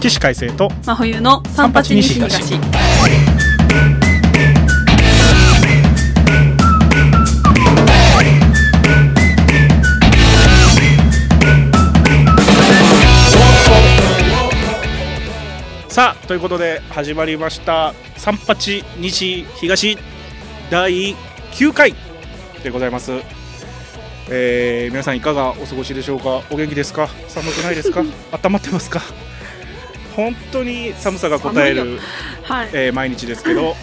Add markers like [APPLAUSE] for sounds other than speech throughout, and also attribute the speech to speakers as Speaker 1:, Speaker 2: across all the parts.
Speaker 1: 起死回生と
Speaker 2: 真冬の三八西東
Speaker 1: さあということで始まりました「三八西東」第9回でございますえー皆さんいかがお過ごしでしょうかお元気ですか寒くないです
Speaker 2: [LAUGHS]
Speaker 1: か温まってますか本当に寒さが応え
Speaker 2: 寒
Speaker 1: る、
Speaker 2: はい
Speaker 1: えー毎日ですけど、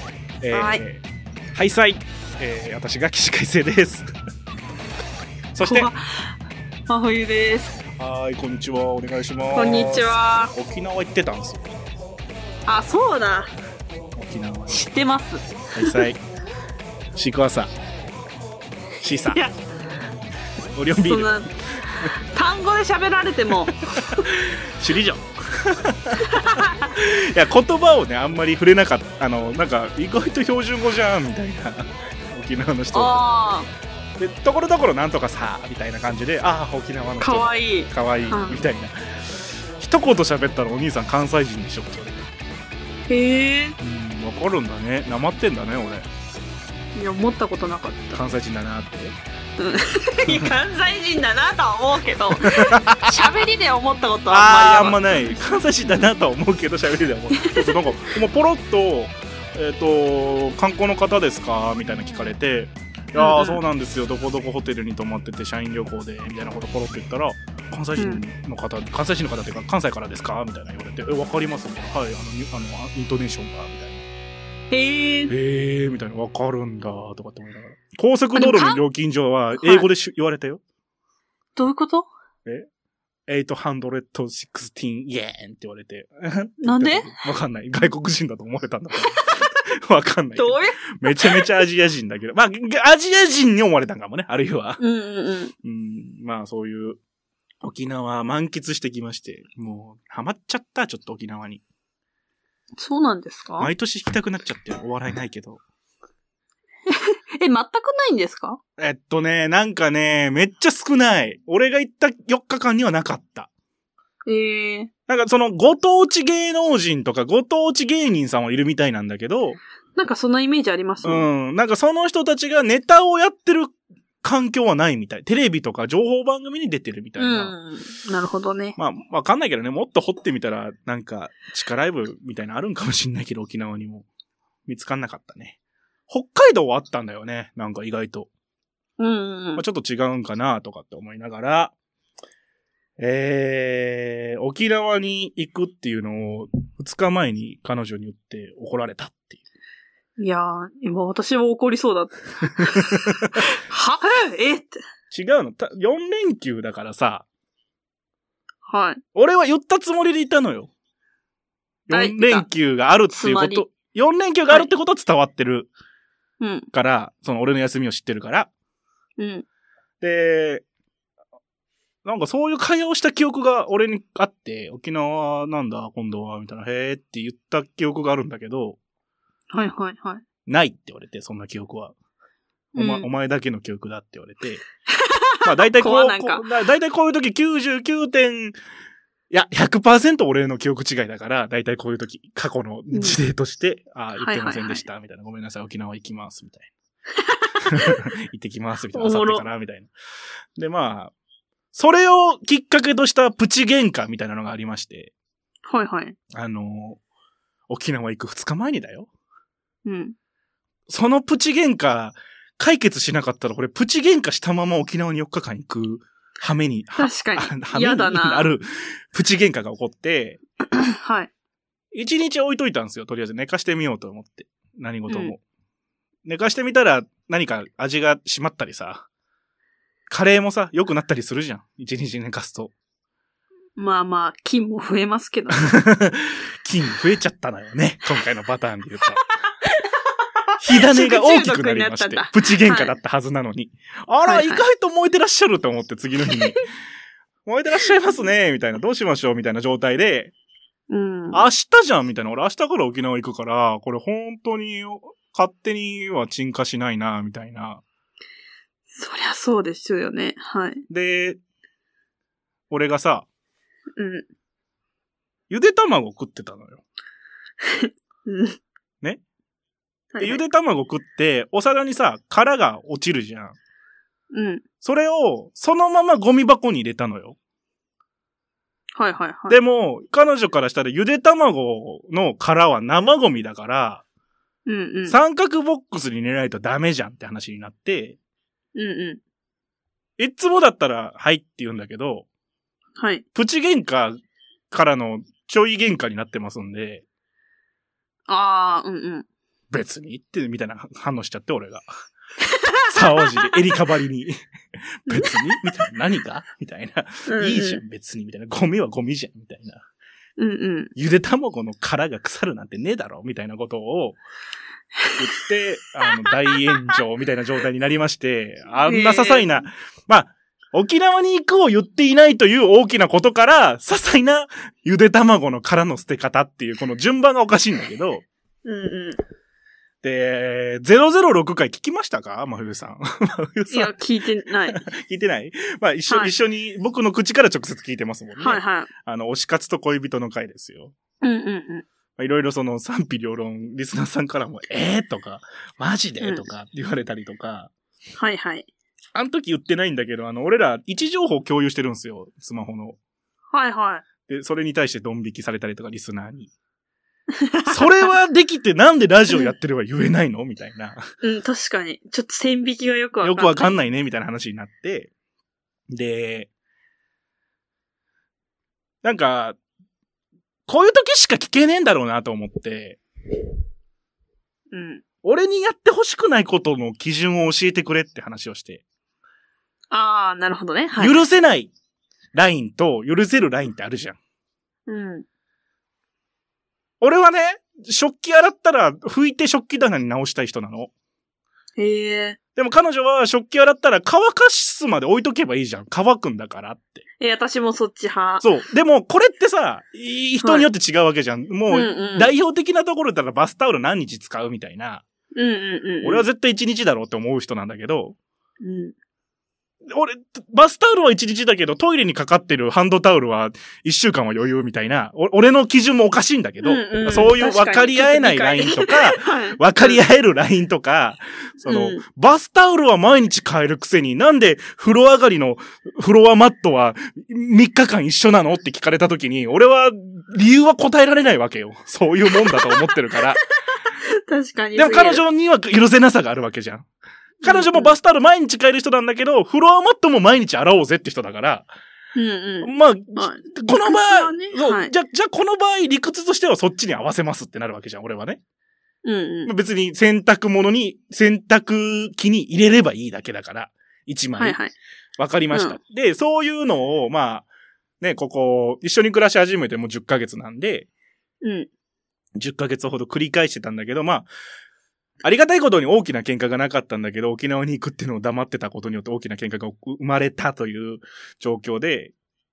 Speaker 1: えー、
Speaker 2: は
Speaker 1: はいいさい、えー私が起死回生ですそして
Speaker 2: ここは真冬です
Speaker 1: はいこんにちはお願いします
Speaker 2: こんにちは
Speaker 1: 沖縄行ってたんですよ
Speaker 2: あそうだ
Speaker 1: 沖縄は
Speaker 2: 知ってます
Speaker 1: いさいシークワーサーシーサ
Speaker 2: いや
Speaker 1: ーオリオンビ
Speaker 2: そ
Speaker 1: ー
Speaker 2: ん
Speaker 1: ル
Speaker 2: な単語で喋られても
Speaker 1: 首里城 [LAUGHS] いや言葉をねあんまり触れなかったあのなんか意外と標準語じゃんみたいな [LAUGHS] 沖縄の人
Speaker 2: あ
Speaker 1: でところどころなんとかさみたいな感じでああ沖縄の
Speaker 2: あ
Speaker 1: 人
Speaker 2: かわいい
Speaker 1: かわいい
Speaker 2: うん
Speaker 1: みたいな、一言喋ったらお兄さん関西人でしょって言われて
Speaker 2: へえ
Speaker 1: うん分かるんだねなまってんだね俺
Speaker 2: いや思ったことなかっ
Speaker 1: 関西人だなって
Speaker 2: たいや関西人だなとは思う
Speaker 1: [LAUGHS]
Speaker 2: けど喋りで思ったこと
Speaker 1: あ
Speaker 2: は
Speaker 1: あー
Speaker 2: あ
Speaker 1: あん
Speaker 2: んま
Speaker 1: ま
Speaker 2: り [LAUGHS]
Speaker 1: ない関西人だなとは思うけど喋りでは思うそうそうなんかもうポロッと「えっ、と観光の方ですか?」みたいな聞かれて「いやー、
Speaker 2: うんうん
Speaker 1: そうなんですよどこどこホテルに泊まってて社員旅行で」みたいなことポロッと言ったら「関西人の方、関西人の方っていうか関西からですか?」みたいな言われて「え分かります」みたいな「はいあのにあのイントネーションが」みたいな
Speaker 2: へえ
Speaker 1: 「えー」みたいな「分かるんだ」とかって思いながら高速道路の料金所は英語でし、言われたよ
Speaker 2: どういうこと
Speaker 1: 816イエーンって言われて。
Speaker 2: [LAUGHS] なんで
Speaker 1: [LAUGHS] わかんない。外国人だと思われたんだ
Speaker 2: [LAUGHS]
Speaker 1: から。わかんないけ
Speaker 2: ど
Speaker 1: ど。
Speaker 2: ういう
Speaker 1: めちゃめちゃアジア人だけど。まあ、アジア人に思われたんかもね。あるいは。
Speaker 2: うんうんうん
Speaker 1: うん、まあそういう、沖縄満喫してきまして。もう、ハマっちゃった、ちょっと沖縄に。
Speaker 2: そうなんですか
Speaker 1: 毎年行きたくなっちゃってる。お笑いないけど。
Speaker 2: え全くないんですか
Speaker 1: えっとね、なんかね、めっちゃ少ない。俺が行った4日間にはなかった。
Speaker 2: ええ
Speaker 1: なんかその、ご当地芸能人とか、ご当地芸人さんはいるみたいなんだけど、
Speaker 2: なんかそんなイメージありますね
Speaker 1: うん。なんかその人たちがネタをやってる環境はないみたい。テレビとか情報番組に出てるみたいな。
Speaker 2: うん、なるほどね。
Speaker 1: まあ、わかんないけどね、もっと掘ってみたら、なんか、地下ライブみたいなのあるんかもしんないけど、沖縄にも。見つかんなかったね。北海道はあったんだよね。なんか意外と。
Speaker 2: うん、う
Speaker 1: ま
Speaker 2: ん
Speaker 1: あ、。ちょっと違うんかなとかって思いながら、えー、沖縄に行くっていうのを、2日前に彼女に言って怒られたっていう。
Speaker 2: いやー、今私は怒りそうだ。
Speaker 1: [LAUGHS]
Speaker 2: はえって。
Speaker 1: 違うの。た4連休だからさ、
Speaker 2: はい。
Speaker 1: 俺は言ったつもりでいたのよ。
Speaker 2: はい
Speaker 1: 4連休があるっていうこ
Speaker 2: つま
Speaker 1: と、4連休があるってことは伝わってる
Speaker 2: うん、
Speaker 1: から、その俺の休みを知ってるから。
Speaker 2: うん。
Speaker 1: で、なんかそういう会話をした記憶が俺にあって、沖縄なんだ、今度は、みたいな、へーって言った記憶があるんだけど、
Speaker 2: はいはいはい。
Speaker 1: ないって言われて、そんな記憶は。お,、ま
Speaker 2: うん
Speaker 1: お前だけの記憶だって言われ
Speaker 2: [LAUGHS]
Speaker 1: て。まあ大体こ
Speaker 2: 怖
Speaker 1: う、
Speaker 2: なんか
Speaker 1: こうだ大体こういう時99点、いや、100%俺の記憶違いだから、大体こういう時、過去の事例として、ああ、言ってませんでした、みたいな、ごめんなさい、沖縄行きます、みたい
Speaker 2: [LAUGHS]
Speaker 1: な。行ってきます、みたいな、
Speaker 2: お
Speaker 1: 明
Speaker 2: も
Speaker 1: 後
Speaker 2: ろ
Speaker 1: 日から、みたいな。で、まあ、それをきっかけとしたプチ喧嘩みたいなのがありまして、
Speaker 2: はいはい。
Speaker 1: あの、沖縄行く2日前にだよ。
Speaker 2: うん。
Speaker 1: そのプチ喧嘩、解決しなかったら、これ、プチ喧嘩したまま沖縄に4日間行く、はめに、は [LAUGHS]
Speaker 2: 確かに。
Speaker 1: はめ
Speaker 2: 嫌
Speaker 1: に
Speaker 2: だな
Speaker 1: なる、プチ喧嘩が起こって、
Speaker 2: はい。
Speaker 1: 1日置いといたんですよ、とりあえず。寝かしてみようと思って。何事も。寝かしてみたら、何か味が締まったりさ、カレーもさ、良くなったりするじゃん。1日寝かすと。
Speaker 2: まあまあ、金も増えますけど。
Speaker 1: [LAUGHS] 金増えちゃったのよね。今回のパターンで言うと。 [LAUGHS] 火種が大きくなりまして
Speaker 2: 食中毒になったんだ、
Speaker 1: プチ喧嘩だったはずなのに。あら、
Speaker 2: はい
Speaker 1: 意
Speaker 2: はい
Speaker 1: 外と燃えてらっしゃると思って、次の日に。 [LAUGHS] 燃えてらっしゃいますね、みたいな。どうしましょう、みたいな状態で、
Speaker 2: うん。
Speaker 1: 明日じゃん、みたいな。俺明日から沖縄行くから、これ本当に、勝手には沈下しないな、みたいな。
Speaker 2: そりゃそうですよね。はい。
Speaker 1: で、俺がさ、
Speaker 2: うん。
Speaker 1: ゆで卵食ってたのよ。
Speaker 2: うん。
Speaker 1: ね
Speaker 2: はいはい
Speaker 1: で、ゆで卵食って、お皿にさ、殻が落ちるじゃん。
Speaker 2: うん。
Speaker 1: それを、そのままゴミ箱に入れたのよ。
Speaker 2: はいはいはい。
Speaker 1: でも、彼女からしたら、ゆで卵の殻は生ゴミだから、
Speaker 2: うんうん。
Speaker 1: 三角ボックスに入れないとダメじゃんって話になって、
Speaker 2: うんう
Speaker 1: いっつもだったら、はいって言うんだけど、
Speaker 2: ん。はい。
Speaker 1: プチ喧嘩からのちょい喧嘩になってますんで、
Speaker 2: ああ、うんうん。
Speaker 1: 別にって、みたいな反応しちゃって、
Speaker 2: [LAUGHS]
Speaker 1: 俺が。サオジで、エリカバリに。別にみたいな。何がみたいな。いいじゃん、別に。みたいな。ゴミはゴミじゃん、みたいな。
Speaker 2: うんうん。
Speaker 1: ゆで卵の殻が腐るなんてねえだろ、みたいなことを言って、あの、大炎上みたいな状態になりまして、あんな些細な、まあ、沖縄に行くを言っていないという大きなことから、些細なゆで卵の殻の捨て方っていう、この順番がおかしいんだけど、
Speaker 2: うんうん。
Speaker 1: で、006回聞きましたか真冬さん。 [LAUGHS] 真冬
Speaker 2: い
Speaker 1: さ
Speaker 2: や、
Speaker 1: ん、
Speaker 2: 聞いて
Speaker 1: [LAUGHS]
Speaker 2: ない。
Speaker 1: 聞いてないまあ、一緒、
Speaker 2: はい
Speaker 1: 一緒に、僕の口から直接聞いてますもんね。
Speaker 2: はいはい。
Speaker 1: あの、推し活と恋人の回ですよ。
Speaker 2: うんうんうん。
Speaker 1: まあいろいろその賛否両論、リスナーさんからも、 [LAUGHS] えー、とか、マジ
Speaker 2: う
Speaker 1: で
Speaker 2: ん
Speaker 1: とか言われたりとか、
Speaker 2: はいはい。
Speaker 1: あの時言ってないんだけど、あの、俺ら位置情報共有してるんですよ、スマホの。
Speaker 2: はいはい。
Speaker 1: で、それに対してドン引きされたりとか、リスナー
Speaker 2: [LAUGHS]
Speaker 1: に。それはできてなんでラジオやってれば言えないのみたい
Speaker 2: [LAUGHS]
Speaker 1: な。
Speaker 2: うん、確かに。ちょっと線引きがよくわかん
Speaker 1: よ
Speaker 2: ない。
Speaker 1: くわかんないね、みたいな話になって。で、なんか、こういう時しか聞けねえんだろうなと思って、
Speaker 2: うん。
Speaker 1: 俺にやってほしくないことの基準を教えてくれって話をして、
Speaker 2: ああ、なるほどね。はい。
Speaker 1: 許せないラインと許せるラインってあるじゃん。
Speaker 2: うん。
Speaker 1: 俺はね、食器洗ったら拭いて食器棚に直したい人なの。
Speaker 2: へえ。
Speaker 1: でも彼女は食器洗ったら乾かすまで置いとけばいいじゃん。乾くんだからって。
Speaker 2: え、私もそっち派。
Speaker 1: そう。でもこれってさ、い人によって違うわけじゃん。も
Speaker 2: うん
Speaker 1: う、
Speaker 2: うん。
Speaker 1: 代表的なところだったらバスタオル何日使うみたいな。
Speaker 2: うんうんうん。
Speaker 1: 俺は絶対1日だろうって思う人なんだけど、
Speaker 2: うん。
Speaker 1: 俺、バスタオルは一日だけど、トイレにかかってるハンドタオルは一週間は余裕みたいな、お俺の基準もおかしいんだけど、
Speaker 2: うんうん
Speaker 1: そういう分かり合えないラ
Speaker 2: 確
Speaker 1: イン
Speaker 2: か
Speaker 1: と
Speaker 2: に
Speaker 1: か、
Speaker 2: はい。
Speaker 1: 分かり合えるラインとか、その、
Speaker 2: うん
Speaker 1: バスタオルは毎日変えるくせに、なんで風呂上がりのフロアマットは3日間一緒なのって聞かれた時に、俺は理由は答えられないわけよ。そういうもんだと思ってるから。
Speaker 2: 確かに。
Speaker 1: でも彼女には許せなさがあるわけじゃん。彼女もバスタオル毎日変える人なんだけど、フロアマットも毎日洗おうぜって人だから、
Speaker 2: うんうん。
Speaker 1: まあ、
Speaker 2: まあ、
Speaker 1: この場合、
Speaker 2: 理屈
Speaker 1: そ
Speaker 2: はね
Speaker 1: う
Speaker 2: はい
Speaker 1: じゃ、じゃあこの場合理屈としてはそっちに合わせますってなるわけじゃん、俺はね。
Speaker 2: うんうん。
Speaker 1: 別に洗濯物に、洗濯機に入れればいいだけだから、一枚。わ、
Speaker 2: はいはい。
Speaker 1: かりました、
Speaker 2: う
Speaker 1: で、そういうのを、まあ、ね、ここ、一緒に暮らし始めてもう10ヶ月なんで、
Speaker 2: うん。
Speaker 1: 10ヶ月ほど繰り返してたんだけど、まあ、ありがたいことに大きな喧嘩がなかったんだけど、沖縄に行くっていうのを黙ってたことによって大きな喧嘩が生まれたという状況で、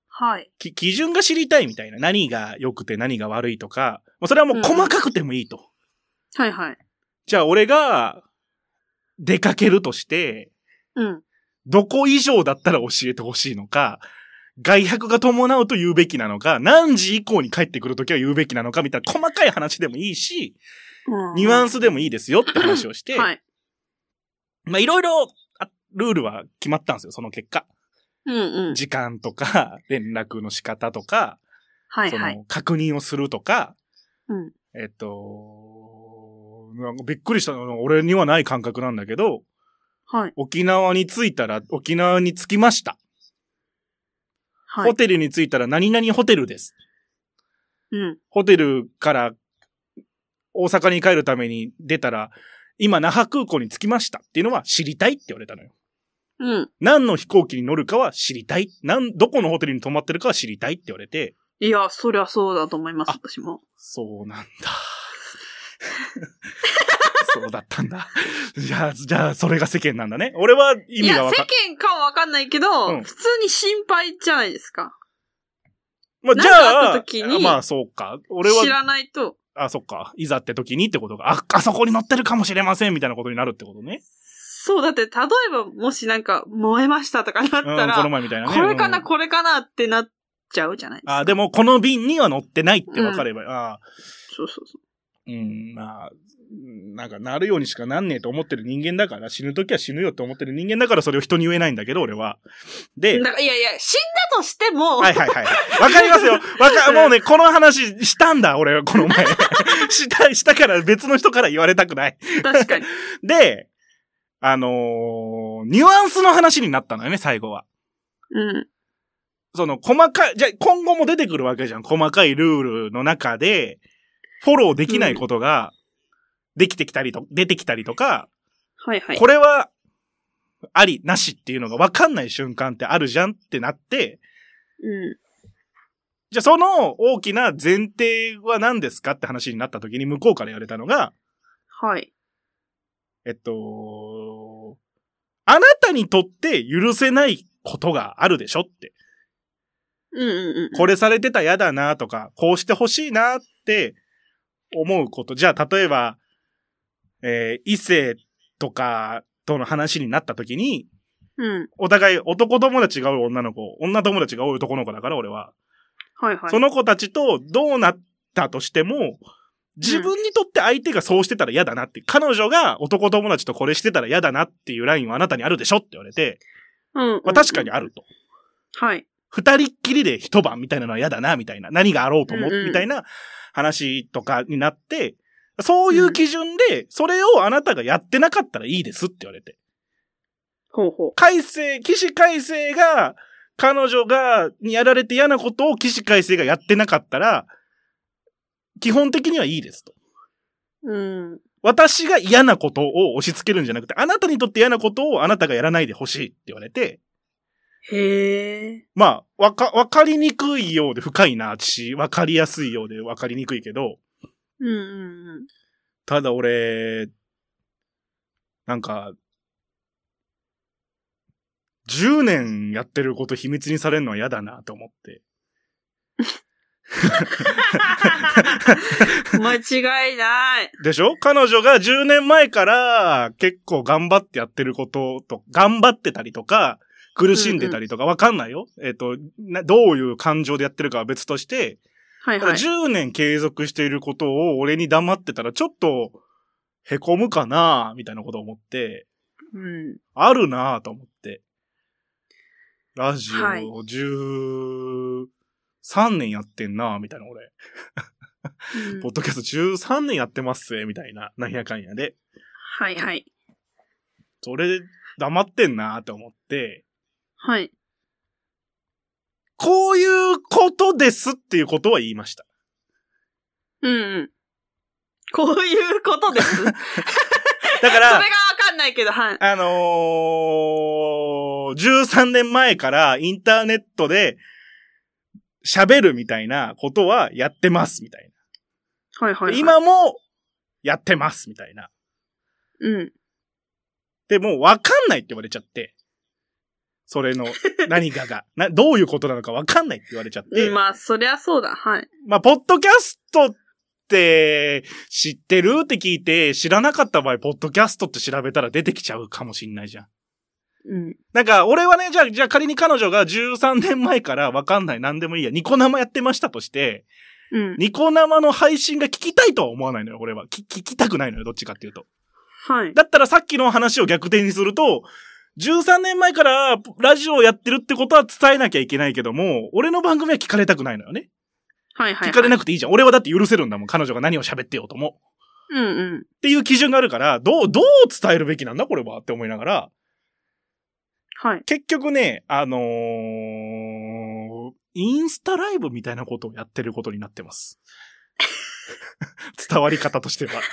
Speaker 2: はい。
Speaker 1: き基準が知りたいみたいな。何が良くて何が悪いとか、まあそれはもう細かくてもいいと。
Speaker 2: はいはい。
Speaker 1: じゃあ俺が出かけるとして、
Speaker 2: うん。
Speaker 1: どこ以上だったら教えてほしいのか、外泊が伴うと言うべきなのか、何時以降に帰ってくるときは言うべきなのかみたいな細かい話でもいいし、
Speaker 2: うん
Speaker 1: ニュアンスでもいいですよって話をして、
Speaker 2: はい。
Speaker 1: まあいろいろ、あルールは決まったんですよ、その結果。
Speaker 2: うんうん。
Speaker 1: 時間とか、 [LAUGHS] 連絡の仕方とか、
Speaker 2: はいは
Speaker 1: そ
Speaker 2: い。
Speaker 1: の、確認をするとか、
Speaker 2: うん。
Speaker 1: えっと、なんかびっくりしたのは、俺にはない感覚なんだけど、
Speaker 2: はい。
Speaker 1: 沖縄に着いたら、沖縄に着きました。
Speaker 2: は
Speaker 1: ホ
Speaker 2: い。
Speaker 1: テルに着いたら、何々ホテルです。
Speaker 2: うん。
Speaker 1: ホテルから、大阪に帰るために出たら、今、那覇空港に着きましたっていうのは知りたいって言われたのよ。
Speaker 2: うん。
Speaker 1: 何の飛行機に乗るかは知りたい。なん、どこのホテルに泊まってるかは知りたいって言われて、
Speaker 2: いや、そりゃそうだと思います、
Speaker 1: あ
Speaker 2: 私も。
Speaker 1: そう
Speaker 2: [LAUGHS]
Speaker 1: なんだ。そうだったんだ。じゃあ、じゃあ、それが世間なんだね。俺は意
Speaker 2: い
Speaker 1: 味が
Speaker 2: や、
Speaker 1: わ
Speaker 2: 世
Speaker 1: か
Speaker 2: 間かはわかんないけど、
Speaker 1: うん
Speaker 2: 普通に心配じゃないですか。
Speaker 1: まあ、
Speaker 2: なん
Speaker 1: じ
Speaker 2: か
Speaker 1: ゃ
Speaker 2: あ
Speaker 1: あ、
Speaker 2: った時に
Speaker 1: まあ、そうか。俺は
Speaker 2: 知、らないと。
Speaker 1: あ、そっか。いざって時にってことが、あ、あそこに乗ってるかもしれません、みたいなことになるってことね。
Speaker 2: そう、だって、例えば、もしなんか、燃えましたとかなった
Speaker 1: うん、この
Speaker 2: ら、
Speaker 1: 前みたいなね。
Speaker 2: これかな、
Speaker 1: うん
Speaker 2: これかなってなっちゃうじゃない
Speaker 1: あーでもこの瓶には乗ってないって分かれば、ああ
Speaker 2: そうそうそ
Speaker 1: ー、うん、まあ、うんなんかなるようにしかなんねえと思ってる人間だから、死ぬときは死ぬよって思ってる人間だからそれを人に言えないんだけど、俺は。で、
Speaker 2: う。だから、いやいや、死んだとしても、
Speaker 1: はいはいはい。わかりますよ。わか、もうね、この話したんだ、俺、この前。 [LAUGHS] した、したから別の人から言われたくない。[LAUGHS]
Speaker 2: 確かに。
Speaker 1: で、あのーニュアンスの話になったのよね、最後は。
Speaker 2: うん。
Speaker 1: その、細かい、じゃあ、今後も出てくるわけじゃん。細かいルールの中で、フォローできないことが、できてきたりと、出てきたりとか、
Speaker 2: はいはい。
Speaker 1: これは、あり、なしっていうのが分かんない瞬間ってあるじゃんってなって、
Speaker 2: うん。
Speaker 1: じゃあその大きな前提は何ですかって話になった時に向こうから言われたのが、
Speaker 2: はい。
Speaker 1: えっと、あなたにとって許せないことがあるでしょって。
Speaker 2: うんうんうん。
Speaker 1: これされてたら嫌だなとか、こうしてほしいなって思うこと。じゃあ例えば、えー異性とかとの話になった時に、
Speaker 2: うん。
Speaker 1: お互い男友達が多い女の子、女友達が多い男の子だから俺は。
Speaker 2: はいはい。
Speaker 1: その子たちとどうなったとしても、自分にとって相手がそうしてたら嫌だなって、彼女が男友達とこれしてたら嫌だなっていうラインはあなたにあるでしょって言われて、
Speaker 2: うんうんうん
Speaker 1: まあ確かにあると。
Speaker 2: はい。
Speaker 1: 二人っきりで一晩みたいなのは嫌だな、みたいな。何があろうとも、
Speaker 2: うんうん
Speaker 1: みたいな話とかになって、そういう基準で、それをあなたがやってなかったらいいですって言われて。
Speaker 2: ほうほ
Speaker 1: 改正、騎士改正が、彼女が、にやられて嫌なことを騎士改正がやってなかったら、基本的にはいいですと。
Speaker 2: う。うん。
Speaker 1: 私が嫌なことを押し付けるんじゃなくて、あなたにとって嫌なことをあなたがやらないでほしいって言われて、
Speaker 2: へえ。
Speaker 1: まあ、わか、わかりにくいようで深いなし、わかりやすいようでわかりにくいけど、
Speaker 2: うんうん
Speaker 1: [LAUGHS]
Speaker 2: うん。 [LAUGHS]
Speaker 1: ただ俺、なんか、10年やってること秘密にされるのは嫌だなと思って。
Speaker 2: 間違いない。
Speaker 1: でしょ彼女が10年前から結構頑張ってやってることと、頑張ってたりとか、苦しんでたりとかわかんないよ。えっ、とな、どういう感情でやってるかは別として、
Speaker 2: はいはい。
Speaker 1: 10年継続していることを俺に黙ってたらちょっと凹むかなみたいなことを思って、
Speaker 2: うん。
Speaker 1: あるなぁと思って。ラジ
Speaker 2: はい
Speaker 1: オ13年やってんなぁみたいな俺。
Speaker 2: うん
Speaker 1: ポッドキャスト13年やってますぜみたいな、なんやかんやで。
Speaker 2: はいはい。
Speaker 1: それ、黙ってんなぁと思って、
Speaker 2: はい。
Speaker 1: こういうことですっていうことは言いました。
Speaker 2: うんうん。こういうことで
Speaker 1: [LAUGHS]
Speaker 2: す。それ
Speaker 1: だか
Speaker 2: [LAUGHS] がわ
Speaker 1: ら、
Speaker 2: かんないけど、はい。
Speaker 1: あのー、13年前からインターネットで喋るみたいなことはやってますみたいな。
Speaker 2: はいはい、はい。、
Speaker 1: 今もやってますみたいな。
Speaker 2: うん。
Speaker 1: で、もうわかんないって言われちゃって。それの何かが。な、どういうことなのかわかんないって言われちゃ
Speaker 2: [LAUGHS]
Speaker 1: って。
Speaker 2: うん
Speaker 1: ま
Speaker 2: まあ、そりゃそうだ。はい。
Speaker 1: あ、ポッドキャストって知ってるって聞いて、知らなかった場合、ポッドキャストって調べたら出てきちゃうかもしんないじゃん。
Speaker 2: うん。
Speaker 1: なんか、俺はね、じゃあ、じゃあ仮に彼女が13年前からわかんない、何でもいいや、ニコ生やってましたとして、
Speaker 2: うん。
Speaker 1: ニコ生の配信が聞きたいとは思わないのよ、俺は。き聞きたくないのよ、どっちかっていうと。
Speaker 2: はい。
Speaker 1: だったらさっきの話を逆転にすると、13年前からラジオをやってるってことは伝えなきゃいけないけども、俺の番組は聞かれたくないのよね。
Speaker 2: はいはい。
Speaker 1: 聞かれな
Speaker 2: く
Speaker 1: くていいじゃん。俺はだって許せるんだもん。彼女が何を喋ってようとも。
Speaker 2: うんうん。
Speaker 1: っていう基準があるから、どう、どう伝えるべきなんだこれはって思いながら、
Speaker 2: はい。
Speaker 1: 結局ね、あのー、インスタライブみたいなことをやってることになってます。伝わり方としては。 [LAUGHS]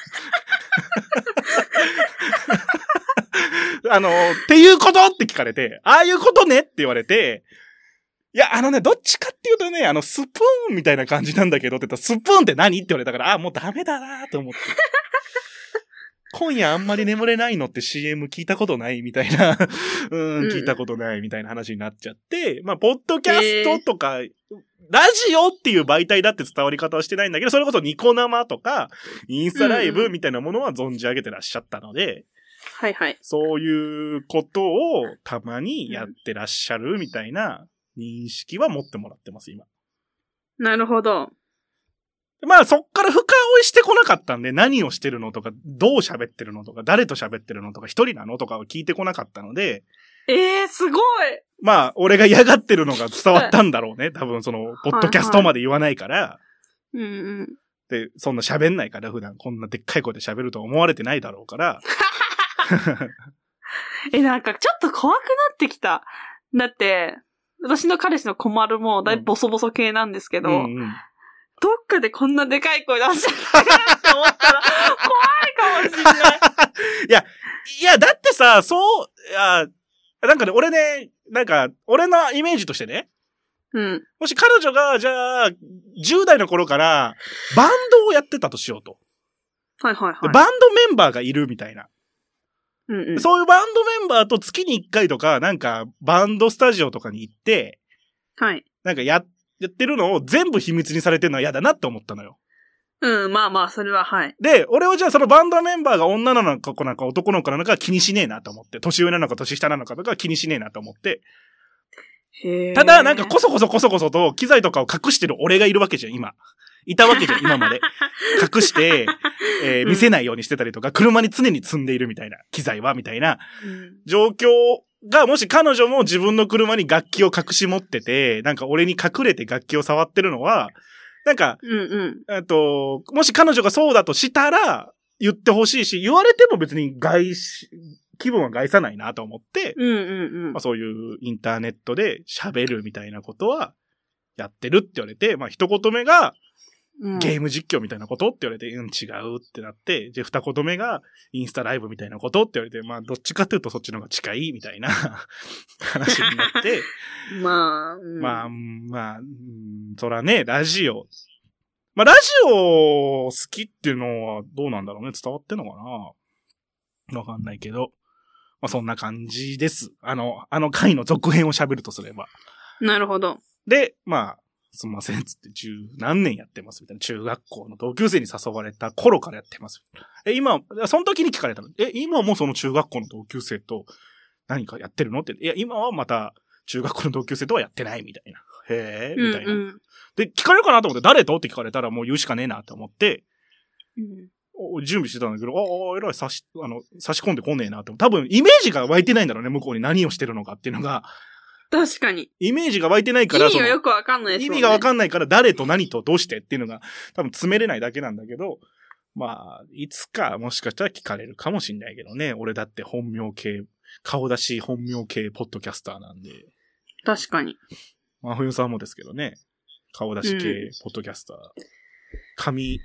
Speaker 1: あのーっていうことって聞かれて、ああいうことねって言われて、いや、あのね、どっちかっていうとね、あの、スプーンみたいな感じなんだけどって言ったら、スプーンって何って言われたから、あ、もうダメだなと思って。今夜あんまり眠れないのって CM 聞いたことないみたいな、うん、
Speaker 2: うん
Speaker 1: 聞いたことないみたいな話になっちゃって、まあ、ポッドキャストとか、ラジオっていう媒体だって伝わり方はしてないんだけど、それこそニコ生とか、インスタライブみたいなものは存じ上げてらっしゃったので、
Speaker 2: はいはい。
Speaker 1: そういうことをたまにやってらっしゃるみたいな認識は持ってもらってます、今。
Speaker 2: なるほど。
Speaker 1: まあそっから深追いしてこなかったんで、何をしてるのとか、どう喋ってるのとか、誰と喋ってるのとか、一人なのとかは聞いてこなかったので、
Speaker 2: ええー、すごい
Speaker 1: まあ俺が嫌がってるのが伝わったんだろうね。多分その、ポッドキャストまで言わないから、
Speaker 2: うんうん。
Speaker 1: で、そんな喋んないから、普段こんなでっかい声で喋ると思われてないだろうから、
Speaker 2: え、なんかちょっと怖くなってきた。だって、私の彼氏の困るも、だいぶボソボソ系なんですけど、
Speaker 1: うんうん
Speaker 2: どっかでこんなでかい声出しちゃってるなって思ったら、怖いかもしん
Speaker 1: [LAUGHS]
Speaker 2: ない。
Speaker 1: いや、だってさ、そう、いや、なんかね、俺ね、なんか、俺のイメージとしてね、
Speaker 2: うん。
Speaker 1: もし彼女が、じゃあ、10代の頃から、バンドをやってたとしようと。
Speaker 2: はいはいは
Speaker 1: で
Speaker 2: い。
Speaker 1: バンドメンバーがいるみたいな。
Speaker 2: うんうん。
Speaker 1: そういうバンドメンバーと月に1回とか、なんか、バンドスタジオとかに行って、
Speaker 2: はい。
Speaker 1: なんかや、やってるのを全部秘密にされてるのは嫌だなって思ったのよ。
Speaker 2: うん、まあまあ、それははい。
Speaker 1: で、俺はじゃあそのバンドメンバーが女なのか子なのか男の子なのか気にしねえなと思って、年上なのか年下なのかとか気にしねえなと思って、
Speaker 2: へー
Speaker 1: ただ、なんか、こそこそこそこそと、機材とかを隠してる俺がいるわけじゃん、今。いたわけじゃん、
Speaker 2: [LAUGHS]
Speaker 1: 今まで。隠して、えー
Speaker 2: うん
Speaker 1: 見せないようにしてたりとか、車に常に積んでいるみたいな、機材は、みたいな
Speaker 2: うん
Speaker 1: 状況が、もし彼女も自分の車に楽器を隠し持ってて、なんか俺に隠れて楽器を触ってるのは、なんか、
Speaker 2: うんうん。
Speaker 1: えっと、もし彼女がそうだとしたら、言ってほしいし、言われても別に害し、気分は害さないなと思って、
Speaker 2: うんうんうん
Speaker 1: まあ、。そういうインターネットで喋るみたいなことはやってるって言われて、まあ、一言目が
Speaker 2: うん
Speaker 1: ゲーム実況みたいなことって言われて、うん、違うってなって、で、二言目がインスタライブみたいなことって言われて、まあ、どっちかっていうとそっちの方が近いみたいな [LAUGHS] 話になって、
Speaker 2: まあ、うん
Speaker 1: まあ、うんまあ、うんそらね、ラジオ。まあ、ラジオ好きっていうのはどうなんだろうね。伝わってんのかなわかんないけど。まあ、そんな感じです。あの、あの回の続編を喋るとすれば。
Speaker 2: なるほど。
Speaker 1: で、まあ、すんません、つって十何年やってます、みたいな。中学校の同級生に誘われた頃からやってます。え、今、その時に聞かれたの。え、今もその中学校の同級生と何かやってるのって。いや、今はまた中学校の同級生とはやってない、みたいな。へえ、みたいな。
Speaker 2: うんうん
Speaker 1: で、聞かれるかなと思って、誰とって聞かれたらもう言うしかねえなって思って、
Speaker 2: うん
Speaker 1: お準備してたんだけど、ああ、えらい差し、あの、差し込んでこねえなって。多分、イメージが湧いてないんだろうね、向こうに何をしてるのかっていうのが。
Speaker 2: 確かに。
Speaker 1: イメージが湧いてない
Speaker 2: 意
Speaker 1: から、
Speaker 2: 味
Speaker 1: そ
Speaker 2: が
Speaker 1: の
Speaker 2: よくわかんないです
Speaker 1: 意
Speaker 2: もん
Speaker 1: 味
Speaker 2: ね
Speaker 1: がわかんないから、誰と何とどうしてっていうのが、多分詰めれないだけなんだけど、まあ、いつかもしかしたら聞かれるかもしんないけどね。俺だって本名系、顔出し本名系ポッドキャスターなんで、
Speaker 2: 確かに。
Speaker 1: 真冬さんもですけどね。顔出し
Speaker 2: う
Speaker 1: 系ポッドキャスター。髪、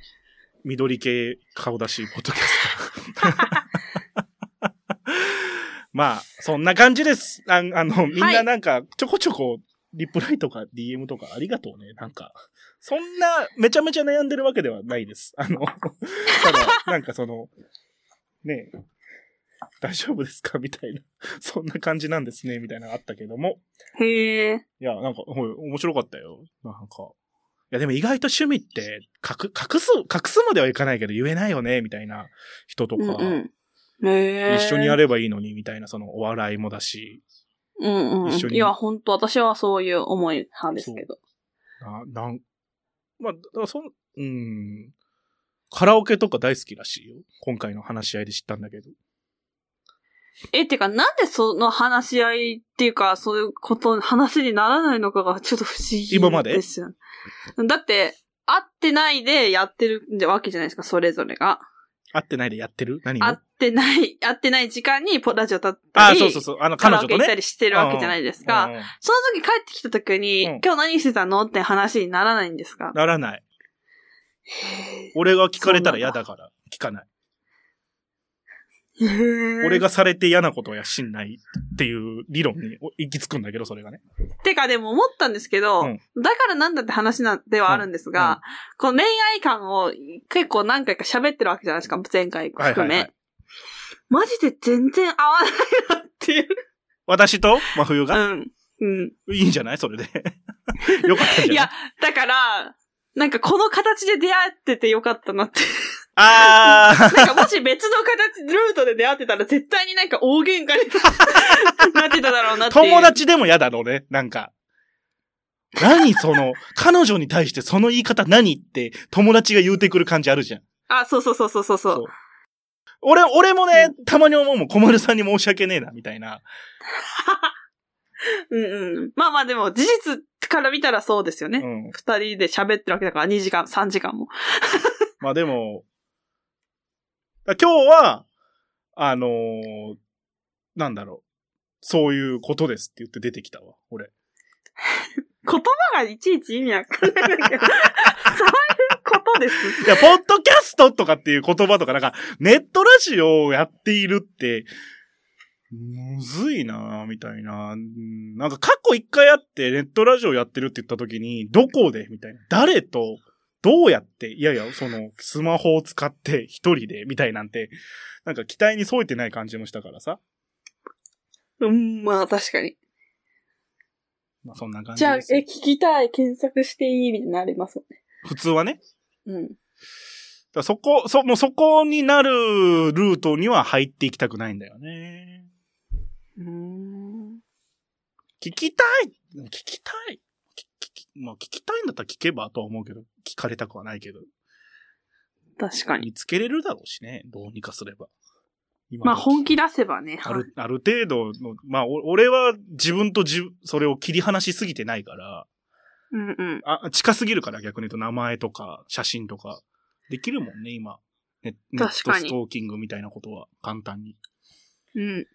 Speaker 1: 緑系顔出しポッドキャスター。
Speaker 2: [LAUGHS]
Speaker 1: まあ、そんな感じです。ああの、みん
Speaker 2: は
Speaker 1: ないなんか、ちょこちょこ、リプライとか DM とかありがとうね。なんか、そんな、めちゃめちゃ悩んでるわけではないです。あの、ただ、なんかその、ねえ大丈夫ですかみたいな、そんな感じなんですね、みたいなのあったけども。
Speaker 2: へえ。
Speaker 1: いや、なんか、ほい、面白かったよ。なんか。いや、でも意外と趣味って、隠、隠す、隠すまではいかないけど言えないよね、みたいな人と
Speaker 2: う
Speaker 1: か、
Speaker 2: んうん。へえ。
Speaker 1: 一緒にや
Speaker 2: る。
Speaker 1: ればいいのに、みたいな、その、お笑いもだし、
Speaker 2: うんうん。
Speaker 1: 一緒に
Speaker 2: いや、本当私はそういう思い派ですけど。
Speaker 1: な、なん、まあ、だからそん、うん、カラオケとか大好きらしいよ。今回の話し合いで知ったんだけど。
Speaker 2: え、てか、なんでその話し合いっていうか、そういうこと、話にならないのかがちょっと不思議ですよね。
Speaker 1: 今まで
Speaker 2: だって、会ってないでやってるわけじゃないですか、それぞれが。
Speaker 1: 会ってないでやってる何を
Speaker 2: 会ってない、会ってない時間にポラジオ立った
Speaker 1: あ
Speaker 2: り、
Speaker 1: そうそうそう。あの、
Speaker 2: カ
Speaker 1: 彼
Speaker 2: ラオ
Speaker 1: 女
Speaker 2: ケ
Speaker 1: と
Speaker 2: 行った
Speaker 1: ね。
Speaker 2: りしてるわけじゃないですか。
Speaker 1: うんうん
Speaker 2: その時帰ってきた時に、
Speaker 1: うん
Speaker 2: 今日何してたのって話にならないんですか
Speaker 1: ならない。
Speaker 2: へ
Speaker 1: 俺が聞かれたら嫌だから、聞かない。
Speaker 2: ー
Speaker 1: 俺。がされて嫌なことはしんないっていう理論に行き着くんだけど、それがね。
Speaker 2: てかでも思ったんですけど、
Speaker 1: うん
Speaker 2: だからなんだって話なんではあるんですが、この恋愛感を結構何回か喋ってるわけじゃないですか、前回含
Speaker 1: は
Speaker 2: め。
Speaker 1: いはいはい
Speaker 2: マジで全然合わないなっていう。
Speaker 1: 私と真冬
Speaker 2: う
Speaker 1: が、
Speaker 2: ん。うん。
Speaker 1: いいんじゃないそれで。 [LAUGHS] よかったんじゃない
Speaker 2: いや、だから、なんかこの形で出会っててよかったなって。
Speaker 1: [LAUGHS] あ
Speaker 2: なんかもし別の形、ルートで出会ってたら絶対
Speaker 1: [LAUGHS]
Speaker 2: になんか大喧嘩になってただろうなっ
Speaker 1: ー
Speaker 2: ていう。
Speaker 1: 友達でも嫌だろうね。なんか。何その、彼女に対してその言い方何って友達が言うてくる感じあるじゃん。
Speaker 2: あ、そうそうそうそうそうそう。
Speaker 1: 俺、俺もね、たまに思うもん、小丸さんに申し訳ねえな、みたいな。
Speaker 2: うんうん。まあまあでも、事実から見たらそうですよ
Speaker 1: う
Speaker 2: ね。
Speaker 1: ん。
Speaker 2: 二、人で喋ってるわけだから、2時間、3時間も。
Speaker 1: まあでも、だ今日は、あのーなんだろう。そういうことですって言って出てきたわ、俺。
Speaker 2: 言葉がいちいち意味わかんないんだけど、そう [LAUGHS] いうことです。
Speaker 1: いや、ポッドキャストとかっていう言葉とか、なんか、ネットラジオをやっているって、むずいなぁ、みたいなうんなんか、過去一回あって、ネットラジオやってるって言った時に、どこでみたいな。誰と、どうやって、いやいや、その、スマホを使って、一人で、みたいなんて、なんか期待に添えてない感じもしたからさ。
Speaker 2: うん、まあ確かに。
Speaker 1: まあ、そんな感じ
Speaker 2: じゃあ、え
Speaker 1: ですよ。、
Speaker 2: 聞きたい、検索していいみたいになりますよね。
Speaker 1: 普通はね。
Speaker 2: うん。
Speaker 1: だからそこ、そ、もうそこになるルートには入っていきたくないんだよね。
Speaker 2: うーん。
Speaker 1: 聞きたい聞きたいきききまあ聞きたいんだったら聞けばとは思うけど、聞かれたくはないけど。
Speaker 2: 確かに。
Speaker 1: 見つけれるだろうしね、どうにかすれば。今
Speaker 2: まあ本気出せばね。
Speaker 1: ある、ある程度の、まあ、お俺は自分と自分、それを切り離しすぎてないから、
Speaker 2: うんうん。
Speaker 1: あ、近すぎるから逆に言うと名前とか写真とか、できるもんね、今。ネネッ
Speaker 2: 確
Speaker 1: ト
Speaker 2: かに
Speaker 1: ストーキングみたいなことは簡単に。
Speaker 2: うん。